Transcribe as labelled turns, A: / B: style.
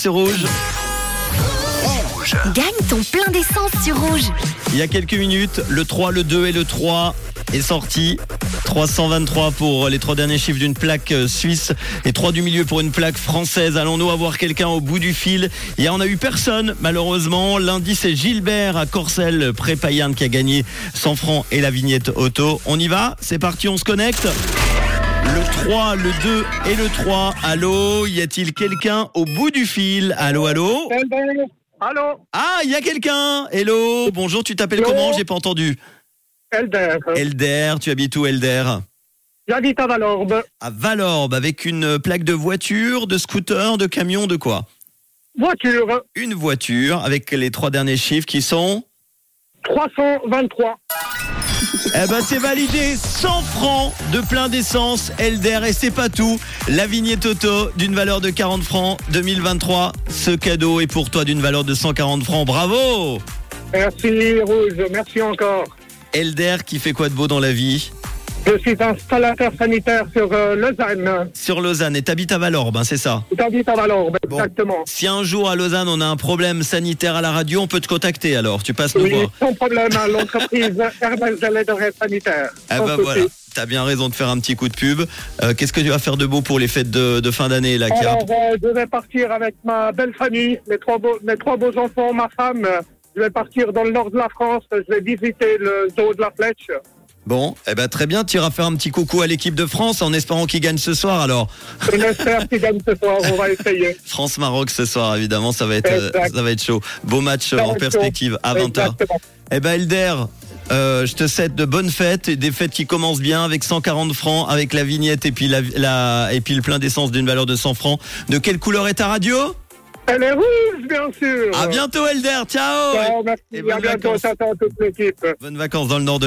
A: C'est rouge.
B: Gagne ton plein d'essence sur rouge.
A: Il y a quelques minutes, le 3, le 2 et le 3 est sorti. 323 pour les trois derniers chiffres d'une plaque euh, suisse et 3 du milieu pour une plaque française. Allons-nous avoir quelqu'un au bout du fil Hier, on a eu personne, malheureusement. Lundi, c'est Gilbert à Corcel, pré Payerne, qui a gagné 100 francs et la vignette auto. On y va C'est parti, on se connecte le 3, le 2 et le 3. Allô, y a-t-il quelqu'un au bout du fil Allô, allô
C: Allô,
A: Ah, il y a quelqu'un Hello Bonjour, tu t'appelles
C: Hello.
A: comment J'ai pas entendu.
C: Elder.
A: Elder, tu habites où Elder
C: J'habite à Valorbe.
A: À Valorbe, avec une plaque de voiture, de scooter, de camion, de quoi
C: Voiture
A: Une voiture, avec les trois derniers chiffres qui sont...
C: 323.
A: Eh ben c'est validé 100 francs de plein d'essence, Elder, et c'est pas tout. La vignette auto d'une valeur de 40 francs 2023. Ce cadeau est pour toi d'une valeur de 140 francs. Bravo
C: Merci Rouge, merci encore.
A: Elder qui fait quoi de beau dans la vie
C: Je suis installateur sanitaire sur euh, Lausanne.
A: Sur Lausanne, et t'habites à Valorbe, hein, c'est ça
C: J'habite à Valorbe,
A: Bon.
C: exactement.
A: Si un jour à Lausanne on a un problème sanitaire à la radio, on peut te contacter alors, tu passes nous
C: Oui,
A: voir.
C: sans problème à l'entreprise Herbel Gelée de Rêve Sanitaire.
A: Ah
C: Sans
A: bah
C: souci.
A: voilà, t'as bien raison de faire un petit coup de pub. Euh, Qu'est-ce que tu vas faire de beau pour les fêtes de, de fin d'année là qui
C: Alors, euh, je vais partir avec ma belle famille, mes trois beaux, mes trois beaux enfants, ma femme. Je vais partir dans le nord de la France. Je vais visiter le zoo de la Flèche.
A: Bon, eh ben très bien, tu iras faire un petit coucou à l'équipe de France en espérant qu'ils gagnent ce soir alors.
C: Je l'espère qu'ils gagnent ce soir. On va essayer.
A: France-Maroc ce soir évidemment, ça va être, euh,
C: Exact.
A: ça va être chaud. Beau match euh,
C: Ça va
A: en
C: être chaud.
A: perspective à 20h.
C: Exactement.
A: Eh ben Elder, euh, je te souhaite de bonnes fêtes et des fêtes qui commencent bien avec 140 francs, avec la vignette et puis, la, la- et puis le plein d'essence d'une valeur de 100 francs. De quelle couleur est ta radio
C: Elle est rouge, bien sûr.
A: À bientôt Elder, ciao,
C: Ciao, merci.
A: Ah, et bonnes
C: à bientôt,
A: vacances.
C: j'attends toute l'équipe.
A: Bonnes vacances dans le nord de la...